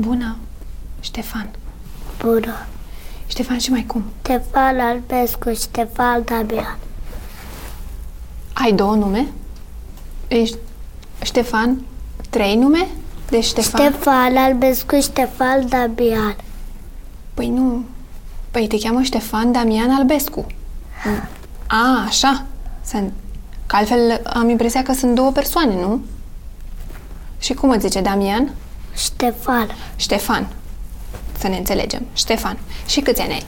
Bună, Ștefan. Bună! Ștefan și mai cum? Ștefan Albescu, Ștefan Damian. Ai două nume? Ești Ștefan, trei nume? Deci Ștefan... Ștefan Albescu, Ștefan Damian. Păi nu... Păi te cheamă Ștefan Damian Albescu. A, așa. Sunt... Că altfel am impresia că sunt două persoane, nu? Și cum îți zice Damian? Ștefan. Ștefan. Să ne înțelegem. Ștefan. Și câți ani ai?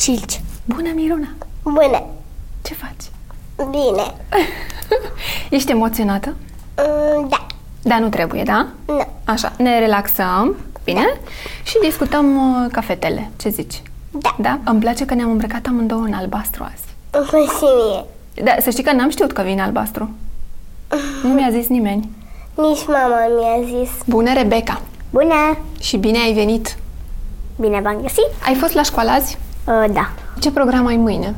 5. Bună, Miruna! Bună! Ce faci? Bine! Ești emoționată? Da. Dar nu trebuie, da? Nu. Așa, ne relaxăm, bine? Și discutăm uh, cafetele. Ce zici? Da. Da? Îmi place că ne-am îmbrăcat amândouă în albastru azi. Și mie. Da, să știi că n-am știut că vine albastru. Nu mi-a zis nimeni. Nici mama mi-a zis. Bună, Rebecca! Bună! Și bine ai venit! Bine v-am găsit? Ai fost la școală azi? Uh, da. Ce program ai mâine?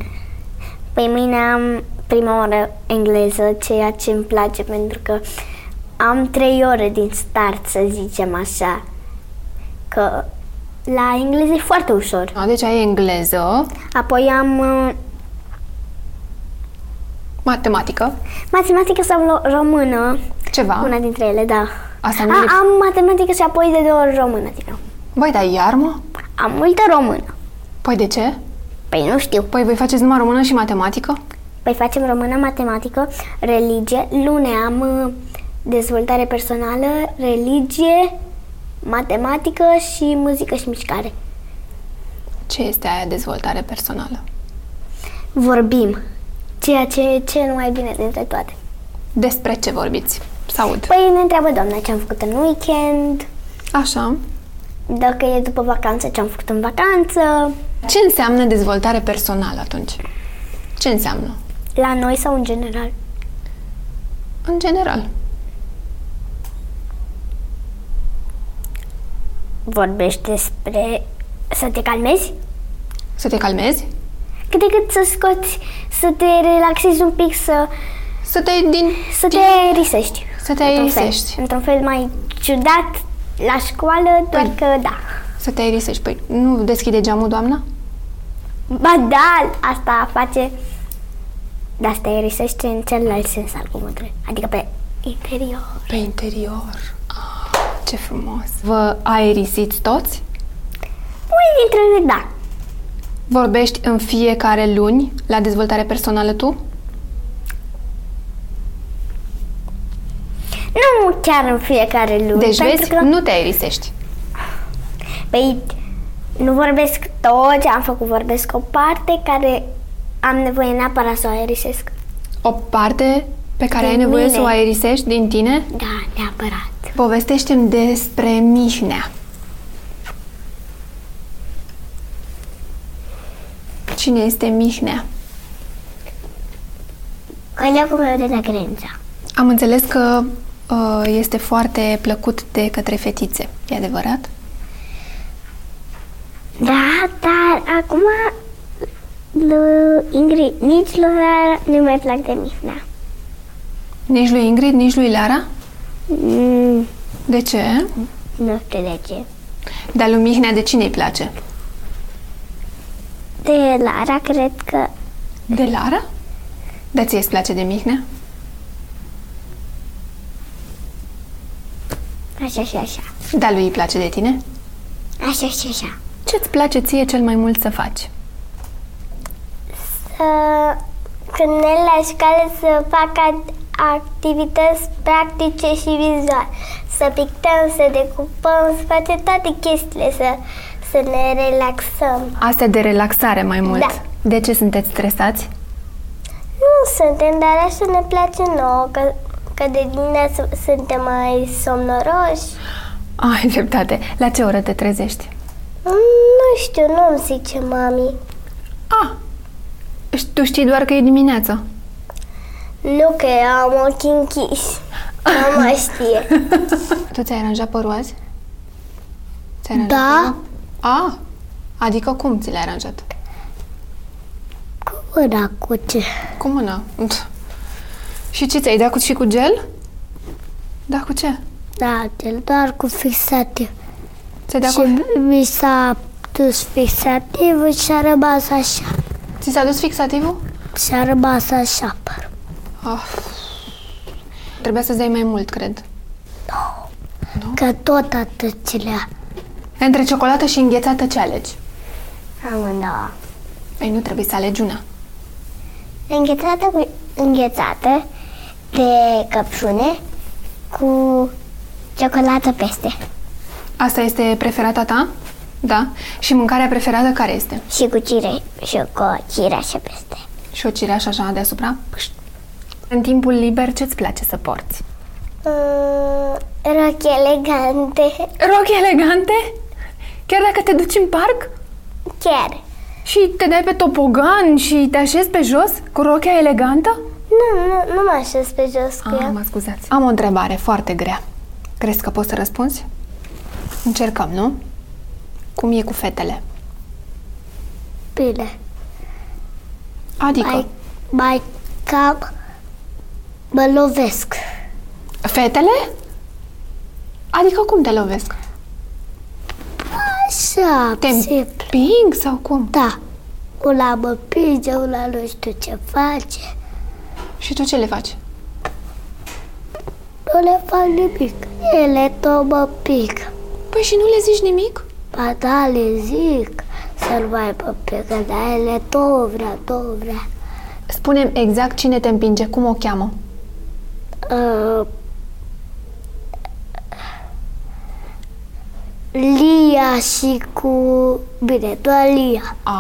Păi mâine am prima oră engleză, ceea ce îmi place pentru că am trei ore din start, să zicem așa. Că la engleză e foarte ușor. A, deci ai engleză, Apoi am uh, matematică, matematică sau lo- română, ceva. una dintre ele, da. Asta nu A, e... am matematică și apoi de două ori română din nou. Băi, dar iar, mă? Am multă română. Păi de ce? Păi nu știu. Păi voi faceți numai română și matematică? Păi facem română, matematică, religie. Lune am uh, dezvoltare personală, religie, matematică și muzică și mișcare. Ce este aia dezvoltare personală? Vorbim, ceea ce e cel mai bine dintre toate. Despre ce vorbiți? Să aud. Păi ne întreabă doamna ce am făcut în weekend, Așa. dacă e după vacanță, ce am făcut în vacanță, Ce înseamnă dezvoltare personală atunci? Ce înseamnă? la noi sau în general. În general. Vorbești despre să te calmezi, Să te calmezi? cât de cât să scoți, să te relaxezi un pic, să, Să te din... să te risești. Să te Într-un fel. aerisești. Într-un fel mai ciudat la școală, doar Păi. că da. Să te aerisești. Păi nu deschide geamul, doamna? Ba da, asta face... Dar asta erisește în celălalt sens al cuvântului, adică pe interior. Pe interior. Ah, ce frumos. Vă aerisiți toți? Unii dintre noi, da. Vorbești în fiecare luni la dezvoltare personală tu? Deci Nu chiar în fiecare luni, Deci pentru vezi, că nu te aerisești. păi, nu vorbesc tot ce am făcut, vorbesc o parte care am nevoie neapărat să o aerisesc. O parte pe care Din ai nevoie mine. să o aerisești din tine? Da, neapărat. Povestește-mi despre Mihnea. Cine este Mihnea? Colegul meu de la Grența. Am înțeles că uh, este foarte plăcut de către fetițe. E adevărat? Da, dar acum lui Ingrid, nici lui Lara nu mai plac de Mihnea. Nici lui Ingrid, nici lui Lara? Mm, De ce? nu știu de ce. Dar lui Mihnea de cine îi place? De Lara cred că De Lara? Dar ție îți place de Mihnea? așa și așa. Dar lui îi place de tine? Așa și așa. Ce-ți place ție cel mai mult să faci? Să, când merg la școală să fac act- activități practice și vizuale. Să pictăm, să decupăm, să facem toate chestiile, să, să ne relaxăm. Astea de relaxare mai mult. Da. De ce sunteți stresați? Nu suntem, dar așa ne place nouă, că, că de dimineață suntem mai somnoroși. Ai dreptate. La ce oră te trezești? Nu știu, nu îmi zice mami. A, Ah! și tu știi doar că e dimineață. Nu că eu am ochii închiși. Mama știe. Tu ți-ai aranjat părul azi? Ți-ai aranjat Da. părul? A, adică cum ți l-ai aranjat? Cu da, cu ce? Cu mâna. Pf. Și ce ți-ai dat cu, și cu gel? Da, cu ce? Da, doar cu fixativ. Ți-ai dat și copil? mi s-a dus fixativul și a rămas așa. Ți s-a dus fixativul? Și a rămas așa. părul. Oh. Trebuia să-ți dai mai mult, cred. Că tot atâțilea. Între ciocolată și înghețată ce alegi? Amândouă. Ei, nu trebuie să alegi una. Înghețată cu înghețată de căpșune cu ciocolată peste Asta este preferata ta? Da. Și mâncarea preferată care este? și cu cire și cu cireașă peste. Și o cireașă așa deasupra? În timpul liber ce-ți place să porți? Mm, rochi elegante. Rochi elegante? Chiar dacă te duci în parc? Chiar. Și te dai pe topogan și te așezi pe jos cu rochia elegantă? Nu, nu, nu mă așez pe jos cu Ah, ea. mă scuzați. Am o întrebare foarte grea. Crezi că poți să răspunzi? Încercăm, nu? Cum e cu fetele? Bine. Adică, Mai, mai cam mă lovesc. fetele? Adică cum te lovesc? Așa, Te se- împing sau cum? Da. Una mă pinge, una nu știu ce face. Și tu ce le faci? Nu le fac nimic. Ele tot mă pingă. Păi și nu le zici nimic? Ba da, le zic să nu mai mă pingă, dar ele tot vrea, tot vrea. Spunem exact cine te împinge, cum o cheamă. Uh, Lia și cu... Bine, doar Lia. A,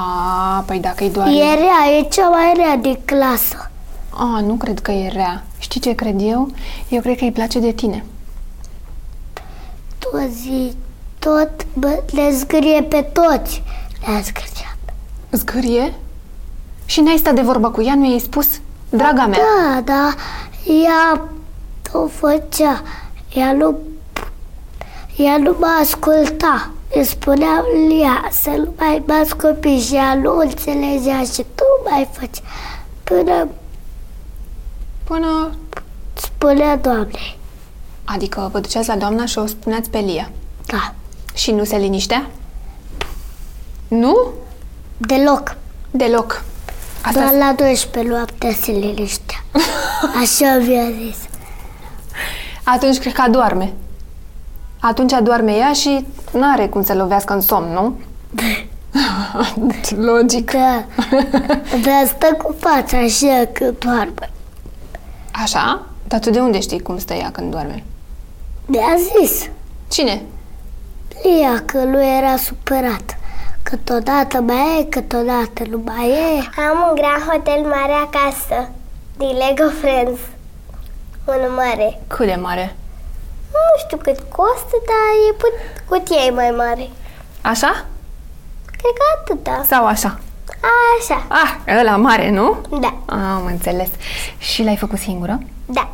păi dacă e doar... E rea, e cea mai rea din clasă. A, nu cred că e rea. Știi ce cred eu? Eu cred că îi place de tine. Tot zi, tot bă, le zgârie pe toți. Le zgârie. Zgârie? Și n-ai stat de vorbă cu ea, nu i-ai spus? Draga mea, Da, da, ea o făcea. Ea nu, ea nu mă asculta. Îi spuneam lui ea să nu mai bați copii și ea nu înțelegea și tu mai faci. Până până... spunea doamnei, Adică vă duceați la doamna și o spuneați pe Lia. da, Și nu se liniștea? Nu? deloc. Deloc. Asta Doar la 12 noaptea se liniștea. Așa mi-a zis. Atunci cred că adoarme. Atunci adoarme ea și nu are cum să lovească în somn, nu? Deci, Logic. Da, dar stă cu fața așa când doarme. Așa? Dar tu de unde știi cum stă ea când doarme? Mi-a zis. Cine? Lia că nu era supărat. Câteodată mai e, câteodată nu mai e. Am un grand hotel mare acasă, din Lego Friends. Un mare. Cât de mare? Nu știu cât costă, dar e put- cutia e mai mare. Așa? Cred că atâta. Sau așa? Așa, Ah, ăla mare, nu? da, Am înțeles. Și l-ai făcut singură? da.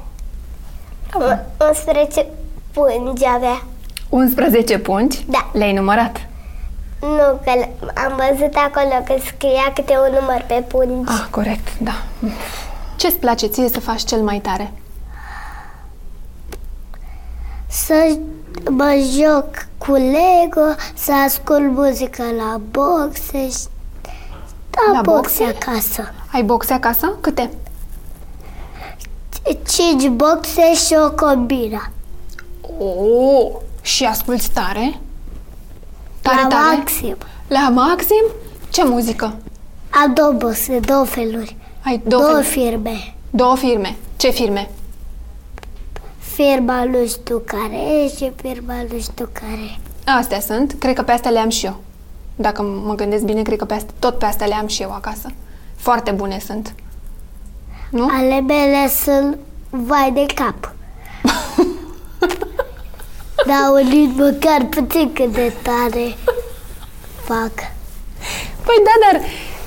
11 pungi avea. 11 pungi? Da. Le-ai numărat? Nu, că l- am văzut acolo că scria câte un număr pe pungi. Ah, corect, da. Ce-ți place ție să faci cel mai tare? Să mă joc cu Lego, să ascult muzică la boxe și da, La boxe boxe? acasă. Ai boxe acasă? Câte? Cinci boxe și o combina. Oh, și asculti tare? Tare, la tare? maxim. La maxim? Ce muzică? Am două boxe, două feluri, Ai două, două firme. firme. două firme. Ce firme? Firma nu știu care e și firma nu știu care e. Astea sunt. Cred că pe astea le am și eu. Dacă m- mă gândesc bine, cred că pe astea, tot pe astea le am și eu acasă. Foarte bune sunt. Nu? Ale mele sunt vai de cap. Dar unit măcar puțin cât de tare fac. Păi da, dar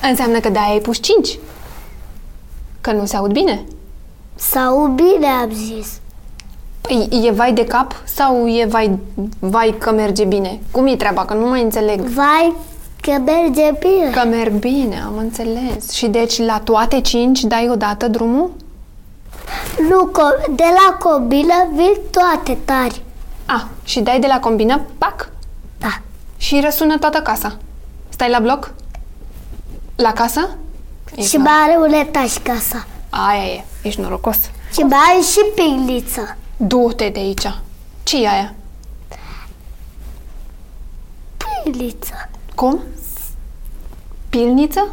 înseamnă că de-aia ai pus cinci. Că nu se aud bine. Sau bine am zis. Păi e vai de cap sau e vai, vai că merge bine? Cum e treaba? Că nu mai înțeleg. Vai că merge bine. Că merg bine, am înțeles. Și deci la toate cinci dai odată drumul? Nu, co- de la combină vin toate tari. Ah, A, și dai de la combină, pac, Da. Și răsună toată casa. Stai la bloc? La casă? Ești Și nor- mai are un etaj casa. Aia e, ești norocos. Și mai are și pingliță. Du-te de aici. ce e aia? Pingliță. Cum? Pilniță?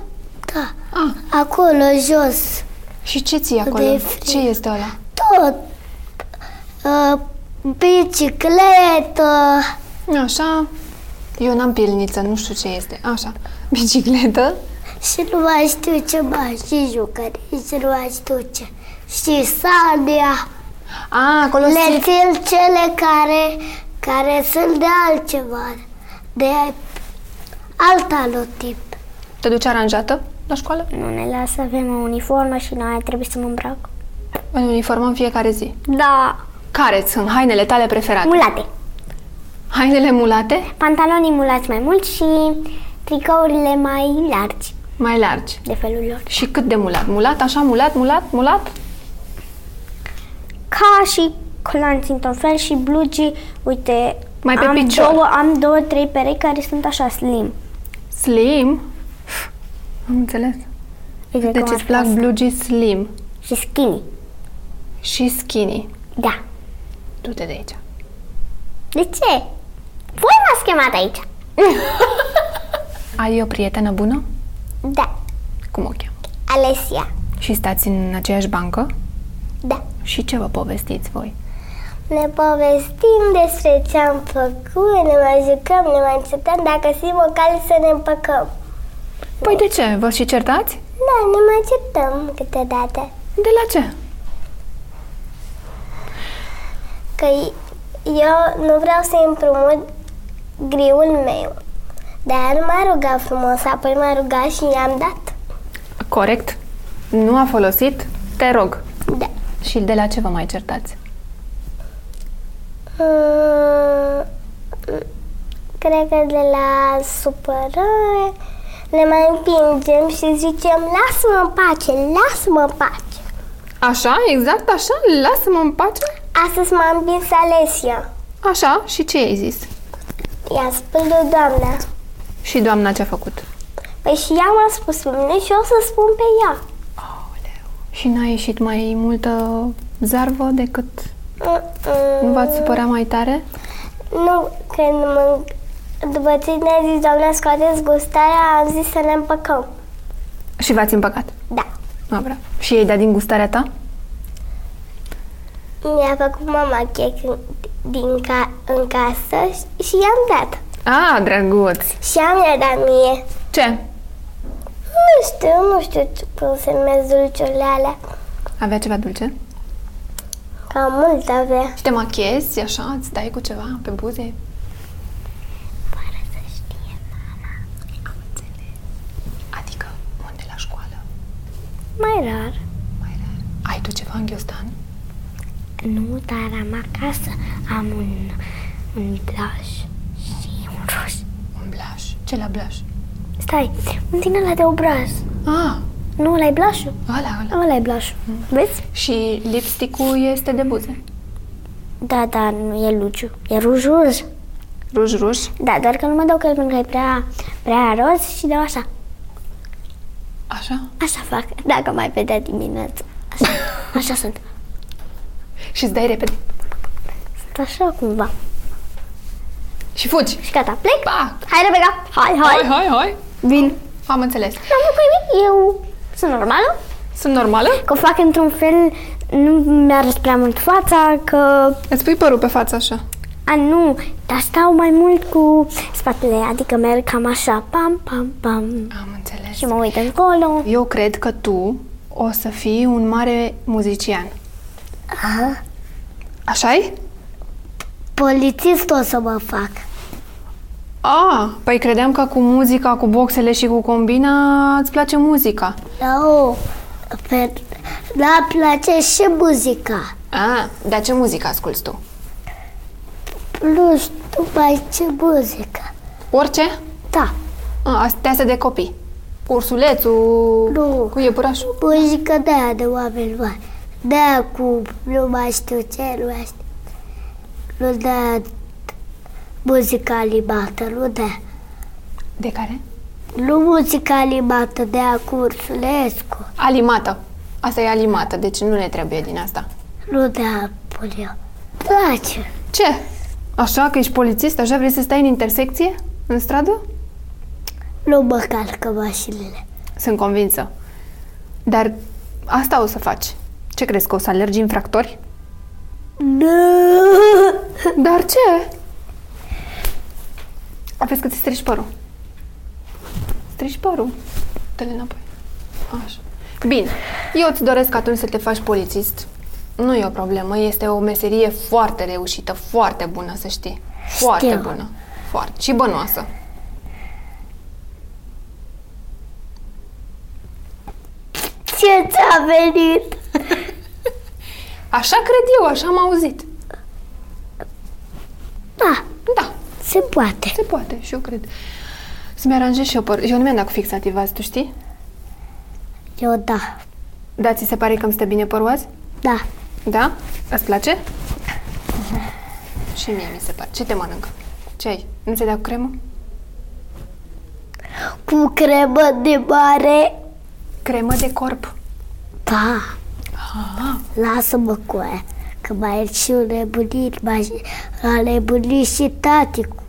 Da. Ah, Acolo jos. și ce ții acolo? De frig. Ce este ăla? Tot. Uh, bicicletă. Așa, eu n-am pilniță, nu știu ce este. Așa, bicicletă? Și nu mai știu ce mai și jucării și nu mai știu ce. Și Sania. A, acolo Le se... țin cele care, care sunt de altceva. De alt alotip. Te duci aranjată la școală? Nu ne lasă, avem o uniformă și noi trebuie să mă îmbrac. În uniformă în fiecare zi. Da, Care sunt hainele tale preferate? mulate. Hainele mulate? Pantalonii mulați mai mult și tricourile mai largi Mai largi. de felul lor. Și cât de mulat? Mulat, așa, mulat, mulat, mulat? Ca și colanți într-un fel și blugi, uite, Mai pe am, picior. Două, am două, trei perechi care sunt așa slim. Slim? Am înțeles. Exact Deci cum ar îți fi plac asta. blugii slim Și skinny, și skinny. da. Du-te de aici. De ce? Voi m-ați chemat aici. Ai o prietenă bună? Da, Cum o cheamă? Alesia, Și stați în aceeași bancă? da. Și ce vă povestiți voi? Ne povestim despre ce am făcut, ne mai jucăm, ne mai încetăm, dacă simt o cale să ne împăcăm. Păi de ce? Vă și certați? Da, ne mai certăm câteodată. De la ce? Că eu nu vreau să-i împrumut griul meu. Dar el m-a rugat frumos, apoi m-a rugat și i-am dat. Corect. Nu a folosit? Te rog. Da. Și de la ce vă mai certați? Mm, Cred că de la supărare ne mai împingem și zicem Lasă-mă în pace, lasă-mă în pace Așa, exact așa? Lasă-mă în pace? Astăzi m-a împins Alesia Așa, și ce ai zis? I-a spus lui doamna Și doamna ce a făcut? Păi și ea m-a spus pe mine și eu o să spun pe ea Și n-a ieșit mai multă zarvă decât Mm-mm. nu v-ați supărat mai tare? Nu, când mă... După ce ne-a zis doamna scoateți gustarea, am zis să ne împăcăm Și v-ați împăcat? Da Ah, bravo. Și ei dat din gustarea ta? Mi-a făcut mama chec în- din ca- în casă și- și i-am dat A, Ah, drăguț! Și am i-a dat mie. Ce? Nu știu, nu știu ce- cum se numesc dulciurile alea. Avea ceva dulce? Cam mult avea. Și te machiezi, așa, îți dai cu ceva pe buze? Fără să știe. Adică, unde la școală? Mai rar. Mai rar. Ai tu ceva în ghiozdan? Nu, dar am acasă. Am un, un blaj și un roș. Un blaj? Ce la blaj? Stai, un din ăla de obraz. Ah, Nu, ăla e blașul? ăla, ăla. Ăla e blașul. Vezi? Și lipstick-ul este de buze. Da, da, nu e luciu. E ruj, ruj. Ruj, ruj. Da, doar că nu mă dau cu el pentru că e prea, prea roz și dau așa. Așa? Așa fac, dacă mai vedea dimineața. Așa, așa sunt. Și îți dai repede. Sunt așa cumva. Și fugi. Și gata, plec. Pac! Hai, Rebecca! Hai, Hai, hai! hai, hai! Vin! Am înțeles. Am primit eu. Sunt normală? Sunt normală? Că o fac într-un fel, nu mi-arăt prea mult fața, că... Îți pui părul pe față așa. A, nu, dar stau mai mult cu spatele, adică merg cam așa, pam, pam, pam. Am înțeles. Și mă uit încolo. Eu cred că tu o să fii un mare muzician. Aha. așa e? Polițist o să mă fac. Ah, păi credeam că cu muzica, cu boxele și cu combina îți place muzica. Nu. Pe... Da, place și muzica. Ah, dar ce muzică asculti tu? Nu știu mai ce muzică. Orice? Da. A, astea astea de copii. Cu ursulețul, Nu. cu iepurașul. Muzică de aia de oameni mari. De aia cu nu mai știu ce, nu mai știu. Nu de aia muzica animată, nu de... De care? Nu muzica animată de a cursulescu, Alimată. Asta e alimată, deci nu ne trebuie din asta. nu de a pun eu. Place. Ce? Așa că ești polițist? Așa vrei să stai în intersecție? În stradă? Nu mă calcă mașinile. Sunt convinsă. Dar asta o să faci. Ce crezi că o să alergi infractori? Nu! Dar ce? A, Vezi că ți strici părul. Strici părul. Dă-le înapoi. Așa. Bine. Eu îți doresc atunci să te faci polițist. Nu e o problemă. Este o meserie foarte reușită, foarte bună, să știi. Foarte Știu. bună. Foarte. Și bănoasă. Ce ți-a venit? Așa cred eu, așa am auzit. Da, Da, se poate. se poate și eu cred. Să-mi aranjez și eu păr. Eu nu mi-am dat cu fixativ azi, tu știi? Eu da, Da, ți se pare că îmi stă bine părul azi? da. Da? Îți place? Și mie mi se pare. Ce te mănâncă? Ce ai? Nu ți-ai dat cu cremă? Cu cremă de mare. Cremă de corp. Da, Ah, lasă-mă cu aia. Că mai e și un nebunit, mai a nebunit și tati cu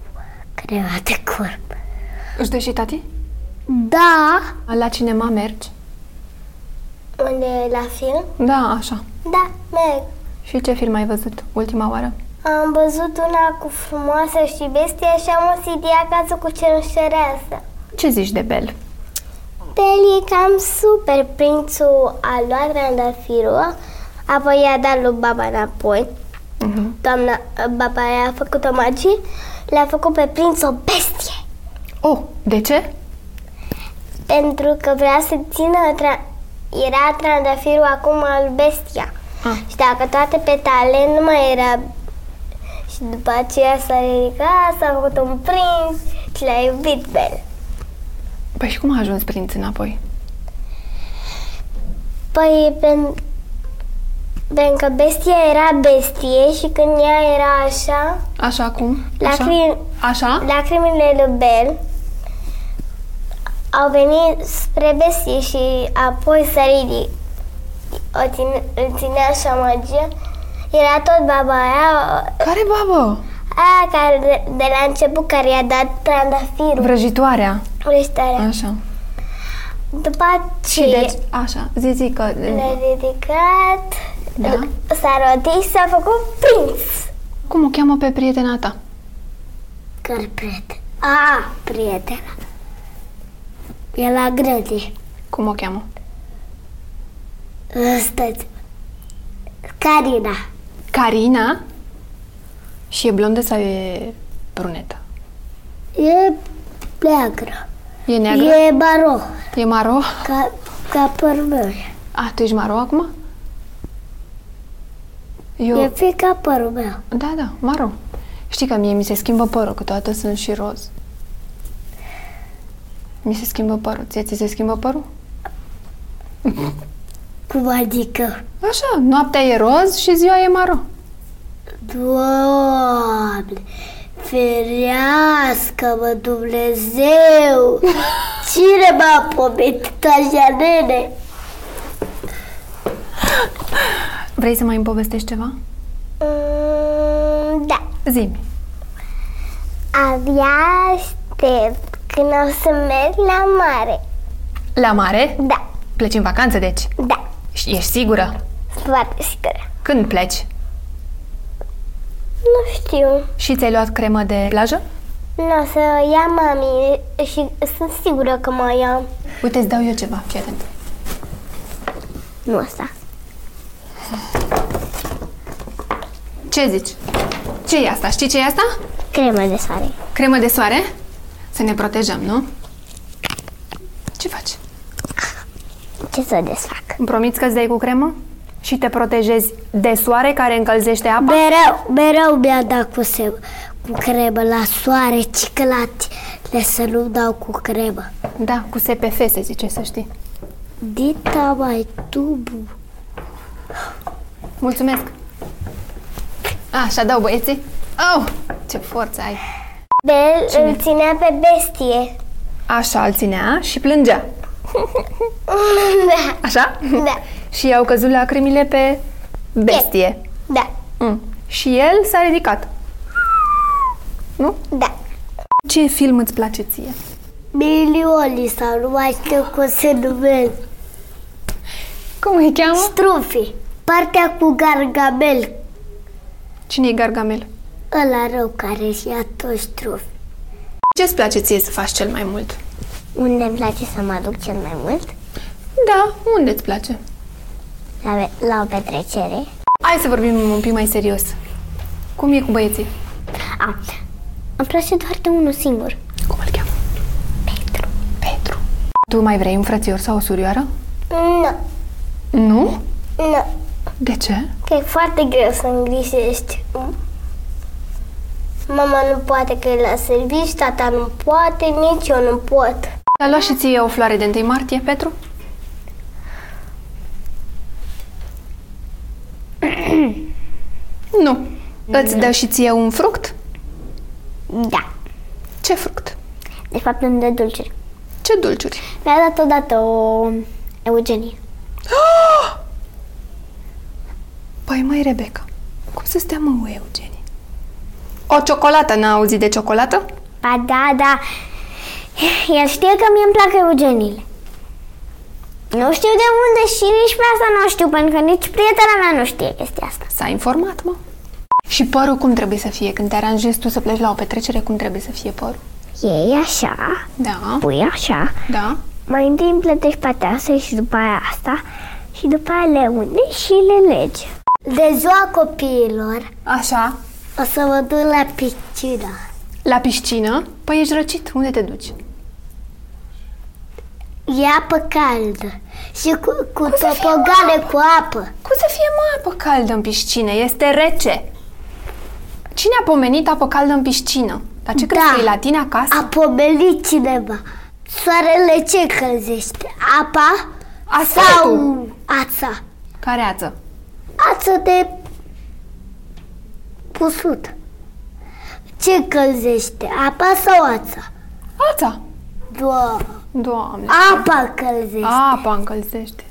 crema de corp. își dă și tati? Da. La cinema mergi? Unde la film? Da, așa. Da, merg. Și ce film ai văzut ultima oară? Am văzut una cu frumoasă și bestia și am o CD acasă cu cenușăreasă. Ce zici de Bel? Bel e cam super. Prințul a luat trandafirul, apoi i-a dat lui baba înapoi. Mhm. Doamna, baba i-a făcut o magie, le-a făcut pe prinț o bestie. Oh, de ce? Pentru că vrea să țină, tra- era trandafirul acum al bestia. Ah. Și dacă toate petalele nu mai era și după aceea s-a ridicat, s-a făcut un prinț și l-a iubit pe el. Păi și cum a ajuns prinț înapoi? Păi, pen- pentru că bestia era bestie și când ea era așa, Așa cum? Așa? lacrimi, Așa? lacrimile lui Bel au venit spre bestie și apoi s-a ridicat. O ține, îl ținea așa magia. Era tot baba aia, Care babă? aia care de, de la început care i-a dat trandafirul. Vrăjitoarea. Creșterea. Așa. După Și aceea deci, așa, zi, zi că... l-a ridicat, Da? s-a rodit și s-a făcut prinț. Cum o cheamă pe prietena ta? Căr prieten. A, prietena. E la grădini. Cum o cheamă? Stăți. Carina. Carina? Și e blondă sau e brunetă? E neagră. E neagră? E, E maro. e maro? Ca, ca părul meu. A, tu ești maro acum? Eu... E fi ca părul meu. Da, da, maro. Știi că mie mi se schimbă părul, câteodată sunt și roz. Mi se schimbă părul. Ție ți se schimbă părul? Cum adică? Așa, noaptea e roz și ziua e maro. Doamne, ferească-mă Dumnezeu! Cine m-a pomenit așa, nene? Vrei să mai îmi povestești ceva? Mm, da. Zi-mi. Abia aștept când o să merg la mare. La mare? Da, Pleci în vacanță, deci? da, Și Ești sigură? foarte sigură. Când pleci? Nu știu. Și ți-ai luat cremă de plajă? Nu o să ia mami și sunt sigură că mă ia. Uite, îți dau eu ceva, fii atent. Nu asta. Ce zici? ce e asta? Știi ce e asta? Cremă de soare. Cremă de soare? Să ne protejăm, nu? Ce faci? Ce să desfac? Îmi promiți că îți dai cu cremă? Și te protejezi de soare care încălzește apa? Mereu, mereu mi-a dat cu, se, cu cremă la soare, ci că la tine să nu dau cu cremă. Da, cu SPF se zice, să știi. Dita mai tubu. Mulțumesc! Așa dau băieții? Au! Ce forță ai! Bel Cine? îl ținea pe bestie. Așa îl ținea și plângea. da, Așa? da, și i-au căzut lacrimile pe bestie. da, Mm. Și el s-a ridicat. Nu? da. Ce film îți place ție? Milioli sau nu mai știu cum se numesc. Cum îi cheamă? Strufi. Partea cu Gargamel, Cine e Gargamel? ăla rău care și ia toți strufi. Ce îți place ție să faci cel mai mult? Unde îmi place să mă duc cel mai mult? Da, unde îți place? La, la o petrecere. Hai să vorbim un pic mai serios. Cum e cu băieții? A, îmi place doar de unul singur. Cum îl cheamă? Petru. Petru. Tu mai vrei un frățior sau o surioară? Nu, Nu? nu. De ce? Că e foarte greu să îngrijești. Mama nu poate că e la serviciu, tata nu poate, nici eu nu pot. Ai luat și ție o floare de 1 martie, Petru? nu. Îți dă și ție un fruct? Da. Ce fruct? De fapt îmi dă dulciuri. Ce dulciuri? Mi-a dat odată o Eugenie. Păi mai Rebecca, cum să stea mă o Eugenie? O ciocolată, n-a auzit de ciocolată? Ba da, da. El știe că mie îmi plac Eugeniile. Nu știu de unde și nici pe asta nu știu, pentru că nici prietena mea nu știe chestia asta. S-a informat, mă. Și părul cum trebuie să fie? Când te aranjezi tu să pleci la o petrecere, cum trebuie să fie părul? E așa, Da, pui așa, da. mai întâi îmi plătești pateasă și după aia asta și după aia le undi și le legi. De ziua copiilor Așa. o să mă duc la piscina. La piscină? Păi ești răcit. Unde te duci? E apă caldă și cu, cu topogale cu apă. Cum să fie mă apă caldă în piscină? Este rece. Cine a pomenit apă caldă în piscină? Dar ce crezi Da. că e la tine acasă? A pomenit cineva. Soarele ce încălzește? Apa Asfaltul. sau ața? Care ață? Ață de pusut. Ce încălzește? Apa sau ața? Ața. Doamne. Doamne. Apa călzește. Apa încălzește.